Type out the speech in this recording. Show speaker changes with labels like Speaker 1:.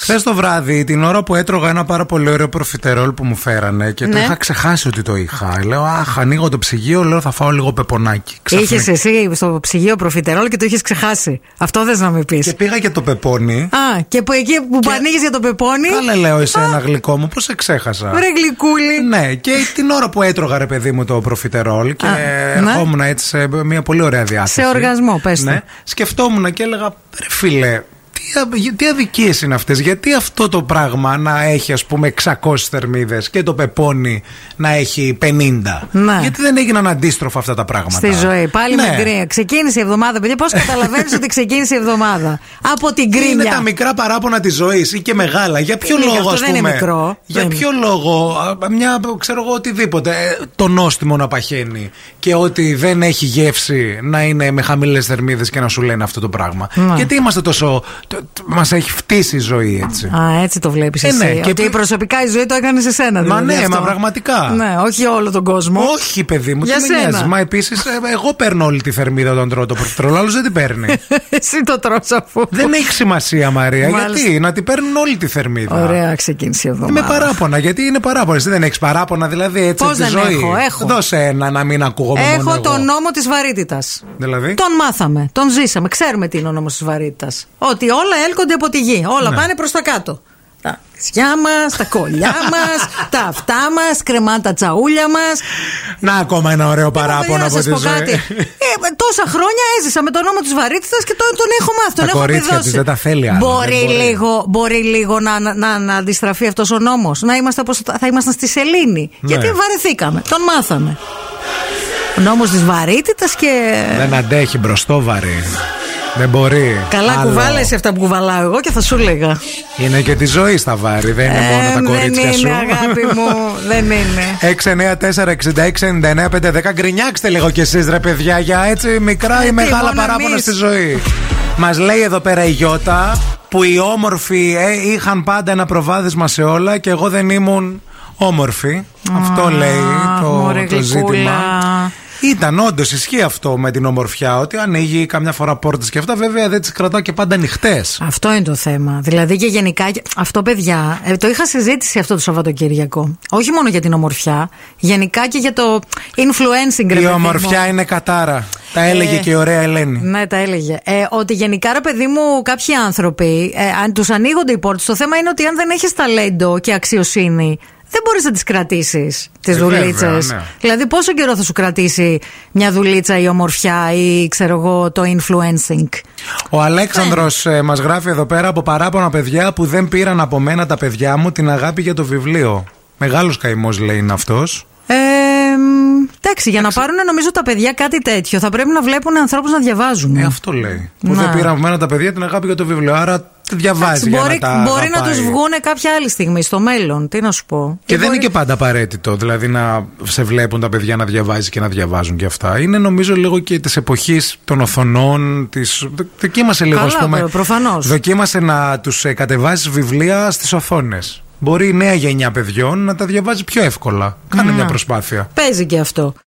Speaker 1: Χθες το βράδυ, την ώρα που έτρωγα ένα πάρα πολύ ωραίο προφιτερόλ που μου φέρανε και το
Speaker 2: Ναι.
Speaker 1: είχα ξεχάσει ότι το είχα. Λέω, Αχ, ανοίγω το ψυγείο, λέω, θα φάω λίγο πεπονάκι. Ξαφνικά.
Speaker 2: Είχες εσύ στο ψυγείο προφιτερόλ και το είχες ξεχάσει. Αυτό δεν να με πεις.
Speaker 1: Και πήγα για το πεπόνι.
Speaker 2: Α, και που εκεί που και... για το πεπόνι.
Speaker 1: Καλέ, λέω, είσαι ένα γλυκό μου, πώς σε ξέχασα.
Speaker 2: Βρε γλυκούλη.
Speaker 1: Ναι, και την ώρα που έτρωγα ρε παιδί μου το προφιτερόλ και
Speaker 2: Α, ναι.
Speaker 1: ερχόμουν έτσι σε μια πολύ ωραία διάθεση.
Speaker 2: Σε οργασμό, πες το.
Speaker 1: Ναι, σκεφτόμουν και έλεγα, ρε φίλε, τι, α- τι αδικίες είναι αυτές, γιατί αυτό το πράγμα να έχει ας πούμε 600 θερμίδες και το πεπόνι να έχει 50.
Speaker 2: Ναι.
Speaker 1: Γιατί δεν έγιναν αντίστροφα αυτά τα πράγματα.
Speaker 2: Στη ζωή. Πάλι
Speaker 1: Ναι.
Speaker 2: με γκρίνια. Ξεκίνησε η εβδομάδα, παιδιά. Πώς καταλαβαίνεις ότι ξεκίνησε η εβδομάδα. Από την
Speaker 1: Είναι τα
Speaker 2: γκρίνια.
Speaker 1: μικρά παράπονα της ζωής ή και μεγάλα. Για ποιο
Speaker 2: Ναι,
Speaker 1: λόγο,
Speaker 2: αυτό
Speaker 1: ας
Speaker 2: δεν
Speaker 1: πούμε.
Speaker 2: είναι μικρό.
Speaker 1: Για
Speaker 2: Δεν
Speaker 1: ποιο λόγο, α, μια, ξέρω εγώ, οτιδήποτε. ε, Το νόστιμο να παχαίνει και ότι δεν έχει γεύση να είναι με χαμηλές θερμίδες και να σου λένε αυτό το πράγμα.
Speaker 2: Ναι.
Speaker 1: Γιατί είμαστε τόσο. Μας έχει φτύσει η ζωή έτσι.
Speaker 2: Α, έτσι το βλέπεις
Speaker 1: Ε,
Speaker 2: εσύ.
Speaker 1: ναι, και
Speaker 2: ότι
Speaker 1: πι-
Speaker 2: προσωπικά η ζωή το έκανε σε σένα, δηλαδή.
Speaker 1: ναι,
Speaker 2: αυτό.
Speaker 1: μα πραγματικά.
Speaker 2: Ναι, όχι όλο τον κόσμο.
Speaker 1: Όχι, παιδί μου,
Speaker 2: Για
Speaker 1: τι με
Speaker 2: σένα.
Speaker 1: νοιάζει. Μα επίσης, εγώ παίρνω όλη τη θερμίδα όταν τρώω το προφιτρόλ. Άλλος δεν την παίρνει.
Speaker 2: εσύ το τρως αφού.
Speaker 1: δεν έχει σημασία, Μαρία. γιατί
Speaker 2: Μάλιστα.
Speaker 1: να την παίρνουν όλη τη θερμίδα.
Speaker 2: Ωραία, ξεκίνησε η εβδομάδα.
Speaker 1: Με παράπονα, γιατί είναι παράπονα. Εσύ δεν έχεις παράπονα, δηλαδή έτσι
Speaker 2: Πώς
Speaker 1: από τη
Speaker 2: δεν
Speaker 1: ζωή.
Speaker 2: έχω, έχω.
Speaker 1: Δώσε ένα να μην ακούγομαι μόνο
Speaker 2: Έχω
Speaker 1: ναι, εγώ.
Speaker 2: τον νόμο της βαρύτητας.
Speaker 1: Δηλαδή,
Speaker 2: Τον μάθαμε, τον ζήσαμε. Ξέρουμε τι είναι ο νόμος της βαρύτητας. Ότι όλα έλκονται από τη γη. Όλα
Speaker 1: Ναι.
Speaker 2: πάνε προς τα κάτω. Τα σκιά μας, τα κολλιά μας, τα αυτά μας, κρεμά τα τσαούλια μας.
Speaker 1: να ακόμα ένα ωραίο
Speaker 2: Ε, Παιδιά,
Speaker 1: παράπονο
Speaker 2: να
Speaker 1: από
Speaker 2: σας
Speaker 1: τη
Speaker 2: πω
Speaker 1: ζωή.
Speaker 2: κάτι. Ε, με τόσα χρόνια έζησα με τον νόμο τη βαρύτητα και τον, τον έχω μάθει. Τον
Speaker 1: Τα
Speaker 2: έχω
Speaker 1: κορίτσια
Speaker 2: επιδώσει.
Speaker 1: της δεν τα θέλει άλλο,
Speaker 2: Μπορεί,
Speaker 1: δεν μπορεί.
Speaker 2: λίγο, μπορεί λίγο να, να, να, να αντιστραφεί αυτός ο νόμος. Να είμαστε όπως, θα ήμασταν στη σελήνη.
Speaker 1: Ναι.
Speaker 2: Γιατί βαρεθήκαμε. Τον μάθαμε. Ο νόμος της βαρύτητας και.
Speaker 1: Δεν αντέχει μπροστόβαρη. Δεν μπορεί.
Speaker 2: Καλά
Speaker 1: Άλλο.
Speaker 2: κουβάλεσαι αυτά που κουβαλάω εγώ και θα σου λέγα.
Speaker 1: Είναι και τη ζωή στα βάρη, δεν είναι μόνο τα
Speaker 2: Ε, δεν
Speaker 1: κορίτσια
Speaker 2: είναι,
Speaker 1: σου.
Speaker 2: αγάπη μου. δεν είναι.
Speaker 1: 694-6699-510. Γκρινιάξτε λίγο κι εσείς, ρε παιδιά, για έτσι μικρά
Speaker 2: Ε,
Speaker 1: ή
Speaker 2: τι,
Speaker 1: μεγάλα
Speaker 2: μόνο
Speaker 1: παράπονα
Speaker 2: εμείς.
Speaker 1: στη ζωή. Μας λέει εδώ πέρα η Γιώτα που οι όμορφοι ε, είχαν πάντα ένα προβάδισμα σε όλα και εγώ δεν ήμουν όμορφη. Αυτό λέει το,
Speaker 2: μωρέ,
Speaker 1: το ζήτημα.
Speaker 2: γλυκούλα.
Speaker 1: Ήταν όντως ισχύει αυτό με την ομορφιά, ότι ανοίγει καμιά φορά πόρτες και αυτά. Βέβαια δεν τις κρατάω και πάντα ανοιχτές.
Speaker 2: Αυτό είναι το θέμα. Δηλαδή και γενικά. Αυτό, παιδιά, ε, το είχα συζήτηση αυτό το Σαββατοκύριακο. Όχι μόνο για την ομορφιά, γενικά και για το influencing, ρε παιδί
Speaker 1: Η
Speaker 2: μου.
Speaker 1: ομορφιά είναι κατάρα. Τα έλεγε
Speaker 2: Ε,
Speaker 1: και η ωραία Ελένη.
Speaker 2: Ναι, τα έλεγε. Ε, ότι γενικά, ρε παιδί μου, κάποιοι άνθρωποι, ε, αν τους ανοίγονται οι πόρτες, το θέμα είναι ότι αν δεν έχεις ταλέντο και αξιοσύνη, δεν μπορείς να τις κρατήσεις τις
Speaker 1: Ε,
Speaker 2: δουλίτσε.
Speaker 1: βέβαια, ναι.
Speaker 2: Δηλαδή, πόσο καιρό θα σου κρατήσει μια δουλίτσα η ομορφιά ή ξέρω εγώ το influencing.
Speaker 1: Ο Αλέξανδρος
Speaker 2: Ναι.
Speaker 1: ε, μας γράφει εδώ πέρα από παράπονα παιδιά που δεν πήραν από μένα τα παιδιά μου την αγάπη για το βιβλίο. Μεγάλος καημός λέει είναι αυτός.
Speaker 2: Ε, μ, εντάξει, για να πάρουν νομίζω τα παιδιά κάτι τέτοιο, θα πρέπει να βλέπουν ανθρώπους να διαβάζουν.
Speaker 1: Ε, αυτό λέει. Που
Speaker 2: Να.
Speaker 1: δεν πήραν από μένα τα παιδιά την αγάπη για το βιβλίο. Άρα τη διαβάζει
Speaker 2: Ναι. Εντάξει,
Speaker 1: για
Speaker 2: μπορεί
Speaker 1: να τα
Speaker 2: μπορεί να
Speaker 1: αγαπάει.
Speaker 2: του βγούνε κάποια άλλη στιγμή στο μέλλον. Τι να σου πω.
Speaker 1: Και δεν
Speaker 2: μπορεί-
Speaker 1: είναι και πάντα απαραίτητο, δηλαδή να σε βλέπουν τα παιδιά να διαβάζει και να διαβάζουν και αυτά. Είναι νομίζω λίγο και της εποχής των οθονών. Της... δο- Δοκίμασε λίγο,
Speaker 2: Καλά,
Speaker 1: ας πούμε.
Speaker 2: προ- προφανώς.
Speaker 1: Δοκίμασε να τους κατεβάζει βιβλία στις οθόνες.
Speaker 2: Ναι.
Speaker 1: Μπορεί η νέα γενιά παιδιών να τα διαβάζει πιο εύκολα. Κάνε μια προσπάθεια.
Speaker 2: Παίζει και αυτό.